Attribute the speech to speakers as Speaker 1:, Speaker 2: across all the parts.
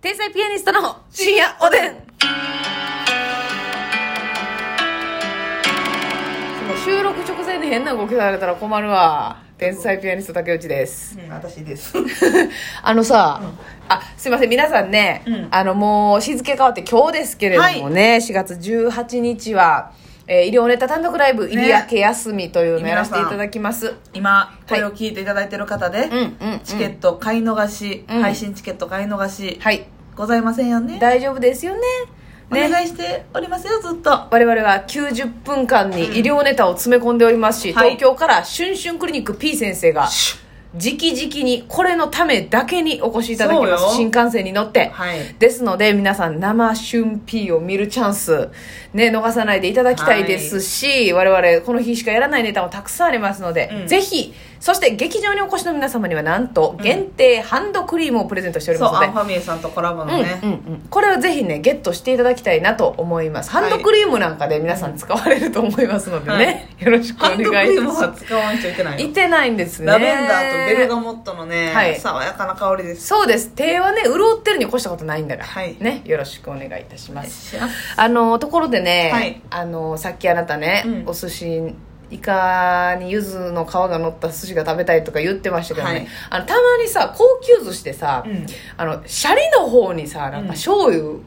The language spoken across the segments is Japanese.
Speaker 1: 天才ピアニストの深夜おでんもう収録直前に変な動きされたら困るわ天才ピアニスト竹内です
Speaker 2: 私です。
Speaker 1: あのさ、
Speaker 2: うん
Speaker 1: あすいません皆さんね、
Speaker 2: うん
Speaker 1: あのもう日付変わって今日ですけれどもね、4月18日は、えー、医療ネタ単独ライブ入り明け休みというのをやらせていただきます、
Speaker 2: 今、これを聞いていただいてる方で、
Speaker 1: うんうん、うん、
Speaker 2: チケット買い逃し、
Speaker 1: うん
Speaker 2: 配信チケット買い逃し、
Speaker 1: はい
Speaker 2: ございませんよね。
Speaker 1: 大丈夫ですよね
Speaker 2: お
Speaker 1: ね
Speaker 2: 願いしておりますよ、ずっと。
Speaker 1: 我々は90分間に医療ネタを詰め込んでおりますし、
Speaker 2: はい
Speaker 1: 東京からシュンシュンクリニック P 先生が直々にこれのためだけにお越しいただきま
Speaker 2: そうよ
Speaker 1: す新幹線に乗って、
Speaker 2: はい。
Speaker 1: ですので皆さん生シュン P を見るチャンス、ね、逃さないでいただきたいですし、我々この日しかやらないネタもたくさんありますので、
Speaker 2: うん
Speaker 1: ぜひそして劇場にお越しの皆様にはなんと限定ハンドクリームをプレゼントしており
Speaker 2: そ
Speaker 1: ま
Speaker 2: う、
Speaker 1: すの
Speaker 2: ア
Speaker 1: で
Speaker 2: ンファミリーさんとコラボの
Speaker 1: うん
Speaker 2: ね。
Speaker 1: うんうん、これはぜひねゲットしていただきたいなと思いますハンドクリームなんかで皆さん使われると思いますのでね、よろしくお
Speaker 2: ハ
Speaker 1: 願い
Speaker 2: ン
Speaker 1: し
Speaker 2: ドクリーム
Speaker 1: ま
Speaker 2: は
Speaker 1: す
Speaker 2: 使わんといけないいよ。
Speaker 1: てないんですね
Speaker 2: ラベンダーとベルガモットの
Speaker 1: はい、
Speaker 2: ね爽やかな香りです。
Speaker 1: そうです手はね潤ってるに越したことないんだから、
Speaker 2: はい
Speaker 1: ねよろしくお願いいたしますあのところでね、
Speaker 2: はい
Speaker 1: あのさっきあなたね、
Speaker 2: うん
Speaker 1: お寿司イカに柚子の皮が乗った寿司が食べたいとか言ってましたけどね、
Speaker 2: はい
Speaker 1: あのたまにさ高級寿司でさ、
Speaker 2: うん
Speaker 1: あのシャリの方にさなん
Speaker 2: うん
Speaker 1: か醤油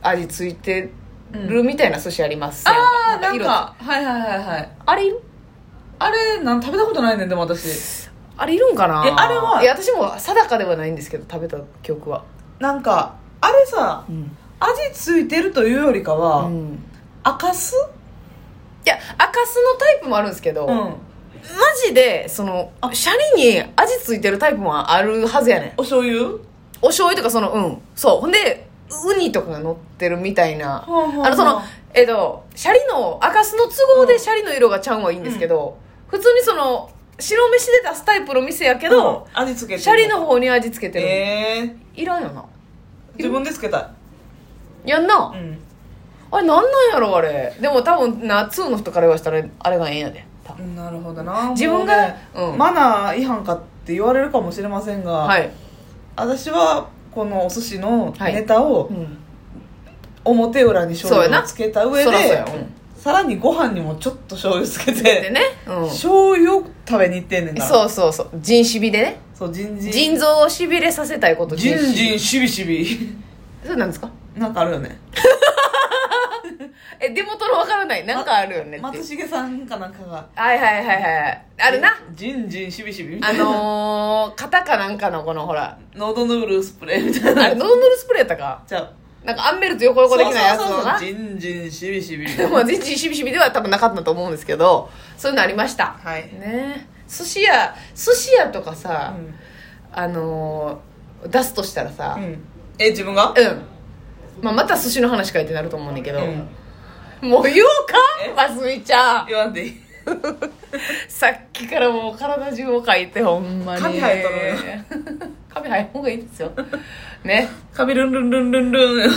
Speaker 1: 味ついてるみたいな寿司ありますよ、
Speaker 2: あー、なん
Speaker 1: 色
Speaker 2: か、はいはいはいはい。
Speaker 1: あれいる
Speaker 2: あれ、なん食べたことないねん、でも私。
Speaker 1: あれいるんかな
Speaker 2: えあれはい
Speaker 1: や私も定かではないんですけど食べた記憶は
Speaker 2: なんか、あれさ
Speaker 1: う、ん、
Speaker 2: 味ついてるというよりかは、
Speaker 1: うん
Speaker 2: 赤酢
Speaker 1: いや赤酢のタイプもあるんですけど、マ
Speaker 2: ん
Speaker 1: ジでそのシャリに味ついてるタイプもあるはずやねん
Speaker 2: お醤油
Speaker 1: お醤油とかそのうんそうほんでウニとかが乗ってるみたいな、
Speaker 2: ほうほうほう
Speaker 1: あのそのえっとシャリの赤酢の都合でシャリの色がちゃうんはいいんですけど、普通にその白飯で出すタイプの店やけど、
Speaker 2: 味付けて
Speaker 1: シャリの方に味付けてる、
Speaker 2: ええ
Speaker 1: いらんよな
Speaker 2: 自分でつけた
Speaker 1: やんな、
Speaker 2: い、うん
Speaker 1: あれなんなんやろあれでも多分夏の人から言わしたらあれがええんやで多分
Speaker 2: なるほどな
Speaker 1: 自分が
Speaker 2: もうね
Speaker 1: うん
Speaker 2: マナー違反かって言われるかもしれませんが、
Speaker 1: はい、
Speaker 2: 私はこのお寿司の
Speaker 1: はい
Speaker 2: ネタを
Speaker 1: うん、
Speaker 2: 表裏に醤
Speaker 1: そうや
Speaker 2: 油を
Speaker 1: な
Speaker 2: つけた上
Speaker 1: そらそう
Speaker 2: で
Speaker 1: やうん
Speaker 2: さらにご飯にもちょっと醤油つけ
Speaker 1: で
Speaker 2: て
Speaker 1: ね、う
Speaker 2: 醤油を食べに行ってんねん
Speaker 1: ん、
Speaker 2: から
Speaker 1: そうそうそう腎しびでね
Speaker 2: そうじんじん
Speaker 1: 腎臓をしびれさせたいこと
Speaker 2: じん
Speaker 1: し
Speaker 2: じ
Speaker 1: び
Speaker 2: んしびし び
Speaker 1: それなんですか
Speaker 2: なんかあるよね
Speaker 1: え出元のわからないなんかあるよねって、
Speaker 2: 松重さんかなんかが
Speaker 1: はいはいはいはいあるな
Speaker 2: じんじんしびしびみた
Speaker 1: あ
Speaker 2: いな
Speaker 1: のー、肩かなんかのこのほら
Speaker 2: 喉の潤いスプレーみたい
Speaker 1: あ
Speaker 2: な
Speaker 1: れノードルスプレーやったか
Speaker 2: じゃあ
Speaker 1: なんかアンベルと横横できないやつのな
Speaker 2: そうそうそうジンジンしびしび
Speaker 1: でも全然しびしびでは多分なかったと思うんですけどそういうのありました
Speaker 2: はい
Speaker 1: ね寿司屋寿司屋とかさ、あのー、出すとしたらさ
Speaker 2: うん、え自分が
Speaker 1: うん、まあ、また寿司の話かいってなると思うねんだけど、
Speaker 2: うん
Speaker 1: もう言おうか
Speaker 2: え
Speaker 1: ますみちゃん
Speaker 2: 言わんでいい
Speaker 1: さっきからもう体中をかいてほんまに
Speaker 2: カビ生え
Speaker 1: た のよカビ生えん方がいいですよね
Speaker 2: カビルンルンルンルンルン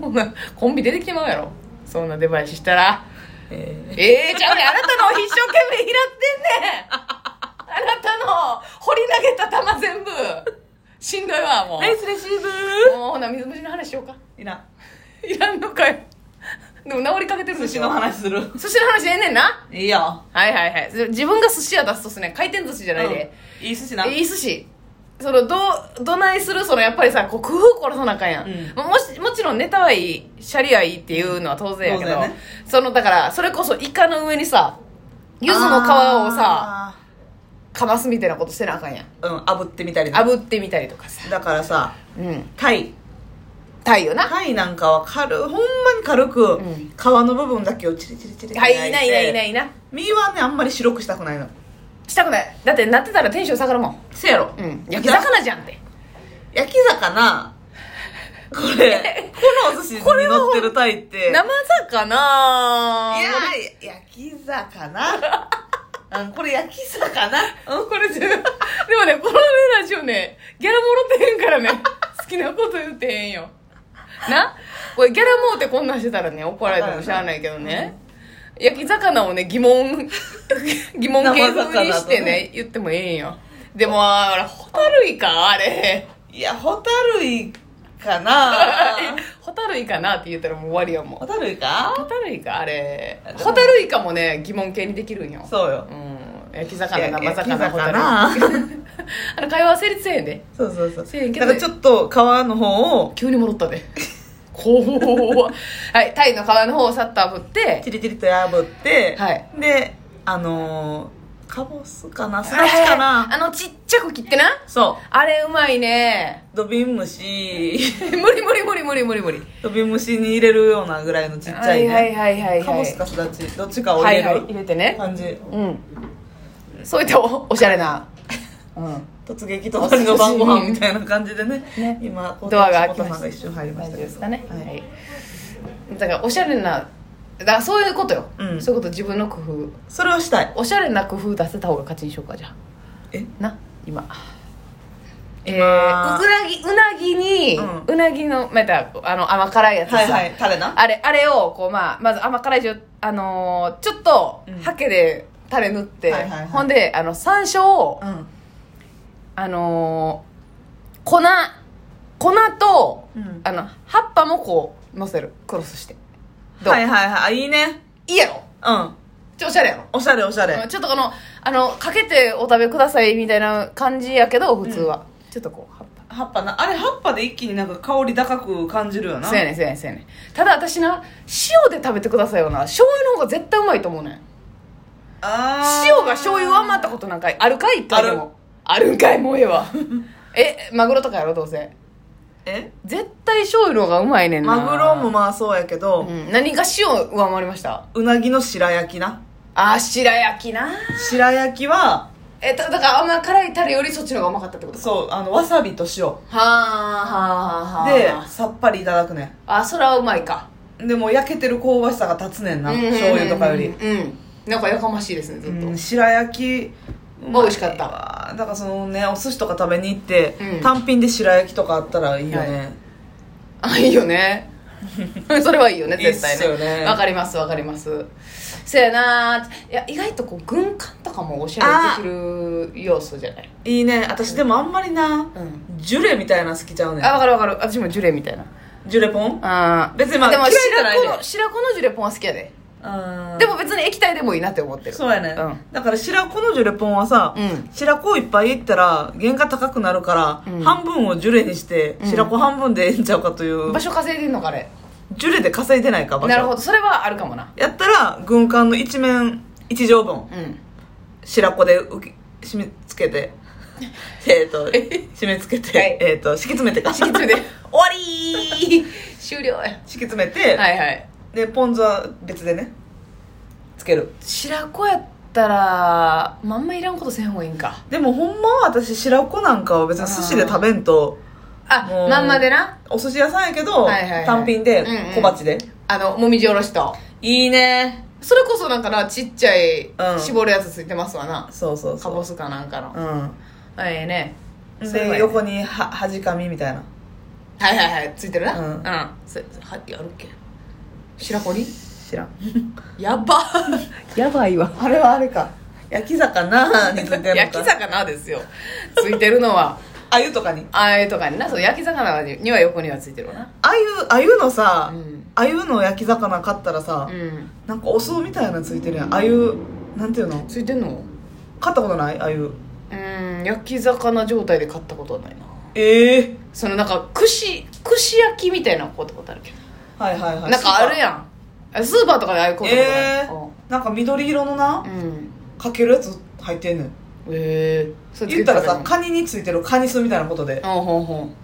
Speaker 1: ほんな コンビ出てきてまうやろそんなデバイスしたら
Speaker 2: え
Speaker 1: ええちゃうねんあなたのを一生懸命拾ってんねんあなたの掘り投げた球全部しんどいわも
Speaker 2: ー、
Speaker 1: う、
Speaker 2: ナイスレシーブ
Speaker 1: もうほな水虫の話しようか
Speaker 2: ーいらん
Speaker 1: いらんのかいでも治りかけてるで
Speaker 2: 寿
Speaker 1: し
Speaker 2: 司
Speaker 1: ょ
Speaker 2: の話する
Speaker 1: 寿司の話ええねんない
Speaker 2: いよ
Speaker 1: はいはいはい自分が寿司屋出すとすね回転寿司じゃないで、
Speaker 2: うんいい寿司ない
Speaker 1: い寿司そのどどないするそのやっぱりさこう工夫凝らさなあかんやん、
Speaker 2: うん
Speaker 1: まもしもちろんネタはいいシャリはいいっていうのは当然やけ
Speaker 2: 当
Speaker 1: ど、
Speaker 2: 然ね
Speaker 1: そのだからそれこそイカの上にさ柚子の皮をさ
Speaker 2: あ
Speaker 1: かますみたいなことしてなあかんやん
Speaker 2: ーうん炙ってみたりね
Speaker 1: 炙ってみたりとかさ
Speaker 2: だからさ
Speaker 1: うん
Speaker 2: タイ
Speaker 1: タイよな
Speaker 2: タイなんかは軽ほんまに軽く、
Speaker 1: ん
Speaker 2: 皮の部分だけをチリチリチリって
Speaker 1: は
Speaker 2: 焼
Speaker 1: いいないいないいないな
Speaker 2: 身はねあんまり白くしたくないの
Speaker 1: したくないだってなってたらテンション下がるもん
Speaker 2: せやろ
Speaker 1: うん焼き魚じゃんって
Speaker 2: 焼き魚こ れこのお寿司に乗ってるタイっていや
Speaker 1: 生魚
Speaker 2: ー焼き 魚うんこれ焼き魚
Speaker 1: あこれじゃでもねこのねラジオねギャラもろってへんからね好きなこと言ってへんよなこれギャラもうてこんなんしてたらね怒られてもしゃあないけどね、焼き魚をね疑問 疑問形風にしてね
Speaker 2: 生魚とね
Speaker 1: 言ってもええんよでもあれホタルイカあれ
Speaker 2: いやホタルイ かな
Speaker 1: ホタルイカなって言ったらもう終わりよも
Speaker 2: ホ
Speaker 1: う
Speaker 2: タルイ
Speaker 1: ホ
Speaker 2: カ
Speaker 1: タルイカあれ
Speaker 2: でも
Speaker 1: ホタルイカもね疑問形にできるんよ
Speaker 2: そうよ
Speaker 1: うん焼き魚
Speaker 2: いや
Speaker 1: 生
Speaker 2: 焼き
Speaker 1: 魚ホタルイ カ
Speaker 2: 魚
Speaker 1: あの会話は成立せえへんで
Speaker 2: そうそうそう
Speaker 1: せえへんけ
Speaker 2: な
Speaker 1: ど
Speaker 2: んかちょっと皮の方を
Speaker 1: 急に戻ったで怖っはいタイの皮の方をさっと炙って
Speaker 2: チリチリと破って、
Speaker 1: はい
Speaker 2: であのー、かぼすかなす
Speaker 1: は
Speaker 2: だ
Speaker 1: い
Speaker 2: ち
Speaker 1: はい
Speaker 2: かな、
Speaker 1: はいあのちっちゃく切ってな
Speaker 2: そ
Speaker 1: あれうまいね
Speaker 2: うドビン虫
Speaker 1: 無理無理無理無理無理無理
Speaker 2: ドビン虫に入れるようなぐらいのちっちゃいね、
Speaker 1: はいはいはいはいはい
Speaker 2: かぼすかすだちどっちかを
Speaker 1: は
Speaker 2: 入れ
Speaker 1: い
Speaker 2: る、
Speaker 1: はい入れてね
Speaker 2: 感じ
Speaker 1: うんそういったおおしゃれな、うん、
Speaker 2: 突撃隣の晩ご飯みたいな感じでね
Speaker 1: ね
Speaker 2: 今
Speaker 1: ドアが開きました
Speaker 2: さんが一瞬入りま
Speaker 1: 大
Speaker 2: し
Speaker 1: 丈夫
Speaker 2: たけ
Speaker 1: で
Speaker 2: ど
Speaker 1: すかね
Speaker 2: は、
Speaker 1: はいい、だからおしゃれなだからそういうことよ、
Speaker 2: うん
Speaker 1: そういうこと自分の工夫
Speaker 2: それをしたい
Speaker 1: おしゃれな工夫出せた方が勝ちにしようかじゃあ
Speaker 2: え
Speaker 1: な今えー、う
Speaker 2: 今
Speaker 1: なぎうなぎに、
Speaker 2: う
Speaker 1: うなぎのまたあの甘辛いやつさ、
Speaker 2: はいはいタレな
Speaker 1: あれあれをこう、まあ、まず甘辛いじょあのーちょっと
Speaker 2: うん
Speaker 1: ハケでタレ塗って、
Speaker 2: はいはいはい
Speaker 1: ほんであの山椒を、
Speaker 2: ん
Speaker 1: あのー粉粉と、
Speaker 2: うん
Speaker 1: あの葉っぱもこうのせるクロスしてどう、
Speaker 2: はい
Speaker 1: い、
Speaker 2: はいはいあいいね
Speaker 1: いやろ
Speaker 2: うん
Speaker 1: ちょおしゃれやろ
Speaker 2: おしゃれおしゃれ、
Speaker 1: ちょっとこのあのかけてお食べくださいみたいな感じやけど普通は、ちょっとこう葉っぱ
Speaker 2: 葉っぱなあれ葉っぱで一気になんか香り高く感じるよな
Speaker 1: そうやねんそうやねんそうやねんただ私な塩で食べてくださいよな醤油の方が絶対うまいと思うねん
Speaker 2: あー
Speaker 1: 塩が醤油を余ったことなんかあるかいってでもあるんかいもうええわえマグロとかやろどうせ
Speaker 2: え
Speaker 1: 絶対醤油の方がうまいねんな
Speaker 2: マグロもまあそうやけど、う
Speaker 1: うん、何が塩上回りました
Speaker 2: なぎの白焼きな
Speaker 1: あー白焼きな
Speaker 2: 白焼きは
Speaker 1: えっとだから甘辛いタレよりそっちの方がうまかったってことか
Speaker 2: そうあのわさびと塩
Speaker 1: はあはあはあ
Speaker 2: で
Speaker 1: はあ
Speaker 2: さっぱりいただくね
Speaker 1: あそれはうまいか
Speaker 2: んでもう焼けてる香ばしさが立つねんな
Speaker 1: うんうんうん
Speaker 2: 醤油とかより
Speaker 1: うんなんかやかましいですねずっと、
Speaker 2: うん白焼き
Speaker 1: まあ美味しかった
Speaker 2: ただからそのねお寿司とか食べに行って、
Speaker 1: うん
Speaker 2: 単品で白焼きとかあったらいいよね、
Speaker 1: あいいよね それはいいよね絶対ね
Speaker 2: いいっすよね
Speaker 1: わかりますわかりますせやないや意外とこう軍艦とかもおしゃれできる要素じゃない
Speaker 2: いいね私でもあんまりな、
Speaker 1: うん
Speaker 2: ジュレみたいなの好きちゃうねん
Speaker 1: あわかるわかる私もジュレみたいな
Speaker 2: ジュレポン
Speaker 1: あー
Speaker 2: 別にまあ
Speaker 1: でも
Speaker 2: 嫌い
Speaker 1: 白
Speaker 2: じゃない
Speaker 1: 子
Speaker 2: で
Speaker 1: の白子のジュレポンは好きやで、
Speaker 2: うん
Speaker 1: でも別に液体でもいいなって思ってる
Speaker 2: そうやね、
Speaker 1: うん
Speaker 2: だから白子のジュレポンはさ、
Speaker 1: うん
Speaker 2: 白子をいっぱいいったら原価高くなるから、
Speaker 1: うん
Speaker 2: 半分をジュレにして
Speaker 1: うん
Speaker 2: 白子半分でええんちゃうかという、
Speaker 1: 場所稼いでんのかあれ
Speaker 2: ジュレで稼いでないか場所
Speaker 1: なるほどそれはあるかもな
Speaker 2: やったら軍艦の一面一畳分
Speaker 1: うん
Speaker 2: 白子で浮き締め付け てえっと締め付けて、
Speaker 1: はい
Speaker 2: えっと敷き詰めてか
Speaker 1: 敷き 詰めて
Speaker 2: 終わりー
Speaker 1: 終了や
Speaker 2: 敷き詰めて、
Speaker 1: はいはい
Speaker 2: でポン酢は別でねつける
Speaker 1: 白子やったらまああんまいらんことせん方がいいんか
Speaker 2: でもほんまは私白子なんかは別に寿司で食べんとも
Speaker 1: あ
Speaker 2: う
Speaker 1: まんまでな
Speaker 2: お寿司屋さんやけど、
Speaker 1: はいはいはい
Speaker 2: 単品で
Speaker 1: うんうん
Speaker 2: 小鉢で、
Speaker 1: あのもみじおろしと
Speaker 2: いいね
Speaker 1: それこそなんかなちっちゃい
Speaker 2: うん
Speaker 1: 絞るやつついてますわな、
Speaker 2: そうそう
Speaker 1: か
Speaker 2: そ
Speaker 1: ぼ
Speaker 2: う
Speaker 1: すかなんかの、
Speaker 2: う
Speaker 1: ええね
Speaker 2: ん
Speaker 1: それはえ
Speaker 2: で
Speaker 1: え
Speaker 2: 横にははじかみみたいな
Speaker 1: はいはいはいついてるな
Speaker 2: うん
Speaker 1: そはやるっけ白堀
Speaker 2: 知 らん
Speaker 1: や ばやばいわ
Speaker 2: あれはあれか焼き魚についてるの か
Speaker 1: 焼き魚ですよついてるのは
Speaker 2: あゆとかに
Speaker 1: あゆとかになそう焼き魚には横にはついてるわな
Speaker 2: あゆあゆのさ、
Speaker 1: うん
Speaker 2: あゆの焼き魚買ったらさ、
Speaker 1: うん
Speaker 2: なんかお酢みたいなのついてるやんあゆなんていうの
Speaker 1: ついてんの
Speaker 2: 買ったことないあゆ
Speaker 1: うん焼き魚状態で買ったことはないな
Speaker 2: ええ
Speaker 1: そのなんか串串焼きみたいなの買ったことあるけど
Speaker 2: はいはいはい
Speaker 1: なんかあるやんあスーパーとかでああいうこととか
Speaker 2: ええなんか緑色のな、
Speaker 1: うん
Speaker 2: かけるやつ入ってんねん
Speaker 1: ええそれつ
Speaker 2: 言
Speaker 1: けて
Speaker 2: ったら
Speaker 1: 食べ
Speaker 2: さ
Speaker 1: るの
Speaker 2: カニについてるカニ酢みたいなこと
Speaker 1: う
Speaker 2: で
Speaker 1: んほんほん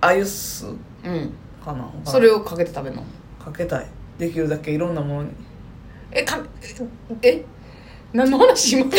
Speaker 2: あゆ酢
Speaker 1: うん
Speaker 2: かな
Speaker 1: それをかけて食べるの
Speaker 2: かけたいできるだけいろんなものに
Speaker 1: えかええ何の話 今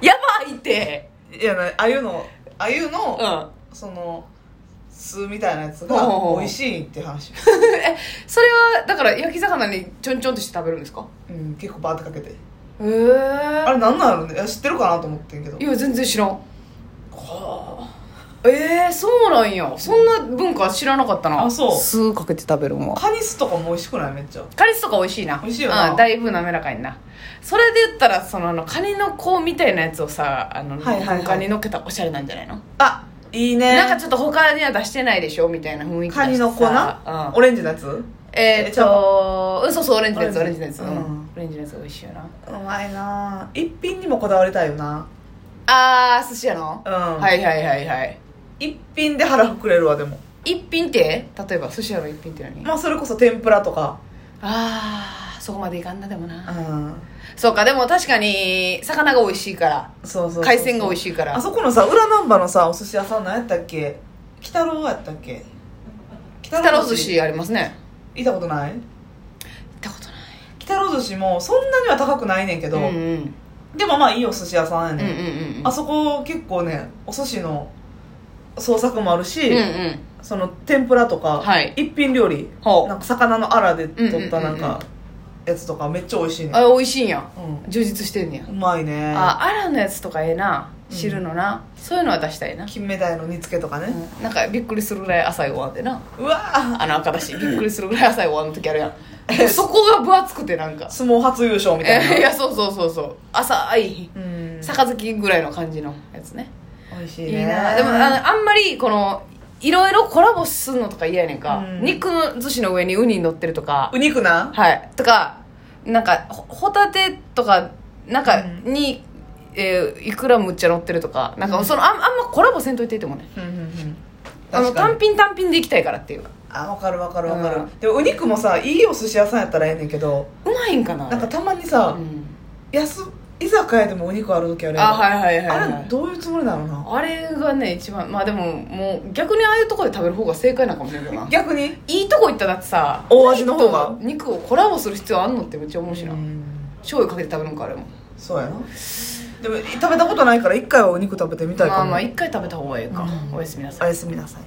Speaker 1: やばいって
Speaker 2: いやなあゆのあゆ
Speaker 1: う
Speaker 2: の、
Speaker 1: ん
Speaker 2: その酢みたいなやつ
Speaker 1: ほうほう
Speaker 2: が
Speaker 1: ほう
Speaker 2: 美味しいって話、
Speaker 1: それはだから焼き魚にちょんちょんとして食べるんですか
Speaker 2: うん、結構バーってかけて
Speaker 1: ええ
Speaker 2: あれなんなんやろねいや知ってるかなと思ってんけど
Speaker 1: いや全然知らんええそうなんやそんな文化知らなかったな
Speaker 2: あそう
Speaker 1: 酢かけて食べるもん
Speaker 2: カニ酢とかも美味しくないめっちゃ
Speaker 1: カニ酢とか美味しいな
Speaker 2: 美味しいよな
Speaker 1: うんだいぶ滑らかになそれで言ったらそのあのカニの子みたいなやつをさあの、
Speaker 2: はいはいはい
Speaker 1: 他に乗っけたらおしゃれなんじゃないの
Speaker 2: あいいね
Speaker 1: なんかちょっと他には出してないでしょみたいな雰囲気
Speaker 2: カニの粉、
Speaker 1: 出してさ
Speaker 2: オレンジのやつ
Speaker 1: うん、えーっ
Speaker 2: ちゃ
Speaker 1: とうんそうそうオレンジのやつ
Speaker 2: オ
Speaker 1: オレ
Speaker 2: レ
Speaker 1: ン
Speaker 2: ンジ
Speaker 1: ジのやつ、う
Speaker 2: うん
Speaker 1: ん、オレンジのやつ美味しいよな
Speaker 2: うまいなぁ一品にもこだわりたいよな
Speaker 1: あー寿司やの、
Speaker 2: うん
Speaker 1: はいはいはいはい
Speaker 2: 一品で腹膨れるわでも
Speaker 1: 一品って例えば寿司屋の一品って何、
Speaker 2: まあそれこそ天ぷらとか
Speaker 1: あーそこまでいかんなでもな、
Speaker 2: うん
Speaker 1: そうかでも確かに魚が美味しいから
Speaker 2: そうそうそう
Speaker 1: 海鮮が美味しいから
Speaker 2: あそこのさ裏難波のさお寿司屋さん何やったっけ鬼太郎やったっけ鬼
Speaker 1: 北郎寿司ありますね
Speaker 2: 行ったことない鬼
Speaker 1: 行ったことない
Speaker 2: 太郎寿司もそんなには高くないねんけど、
Speaker 1: うんうん
Speaker 2: でもまあいいお寿司屋さんや
Speaker 1: うん
Speaker 2: ね
Speaker 1: うん
Speaker 2: ん、
Speaker 1: うんうん
Speaker 2: あそこ結構ねお寿司の創作もあるし、
Speaker 1: うんうん
Speaker 2: その天ぷらとか、
Speaker 1: はい
Speaker 2: 一品料理
Speaker 1: ほう
Speaker 2: なんか魚のアラで取った
Speaker 1: うんう
Speaker 2: なん
Speaker 1: うんん
Speaker 2: かやつとかめっちゃ美味しいね
Speaker 1: あ美味しいんや
Speaker 2: うん
Speaker 1: 充実してんねや
Speaker 2: うまいね
Speaker 1: あアラのやつとかええな
Speaker 2: うん
Speaker 1: 汁のな、そういうのは出したいな、
Speaker 2: 金目鯛の煮付けとかね、
Speaker 1: うんなんかびっくりするぐらい浅いご飯でな
Speaker 2: うわ
Speaker 1: あの赤だしびっくりするぐらい浅いご飯の時あるやんそこが分厚くてなんか
Speaker 2: 相撲初優勝みたい な、
Speaker 1: えいやそうそうそうそう浅い
Speaker 2: うん
Speaker 1: 杯ぐらいの感じのやつね
Speaker 2: 美味しい
Speaker 1: い
Speaker 2: ね
Speaker 1: いなでもあのあんまりこのいろいろコラボすんのとか嫌やねんか、
Speaker 2: うん
Speaker 1: 肉の寿司の上にウニ乗ってるとか
Speaker 2: お肉な
Speaker 1: はいとかなんかほホタテとかなんか
Speaker 2: うん
Speaker 1: に、えーいくらむっちゃ乗ってるとかなんかそのあんあんまコラボせんといててもね
Speaker 2: うんうんうん
Speaker 1: あの
Speaker 2: 確かに
Speaker 1: 単品単品でいきたいからっていうう
Speaker 2: あ分かる分かる分かる、
Speaker 1: うん
Speaker 2: でもお肉もさいいお寿司屋さんやったらええねんけど
Speaker 1: まいんかな
Speaker 2: なんか
Speaker 1: あ
Speaker 2: たまにさ
Speaker 1: れ、うん
Speaker 2: 安居酒屋でもお肉ある時あるやん
Speaker 1: あはいはいはい、はい、
Speaker 2: あれどういうつもりなのな
Speaker 1: あれがね一番まあでももう逆にああいうとこで食べる方が正解なのかもしれんけどない
Speaker 2: 逆に
Speaker 1: いとこ行ったらだってさ
Speaker 2: 大味の方が
Speaker 1: 肉と肉をコラボする必要あんのってめっちゃ面白いな、
Speaker 2: うん
Speaker 1: 醤油かけて食べるんかあれも
Speaker 2: そうやなでも食べたことないから一回はお肉食べてみたいか
Speaker 1: ま
Speaker 2: も
Speaker 1: あまあ一回食べた方がいいか、
Speaker 2: うん
Speaker 1: おやすみなさい
Speaker 2: おやすみなさい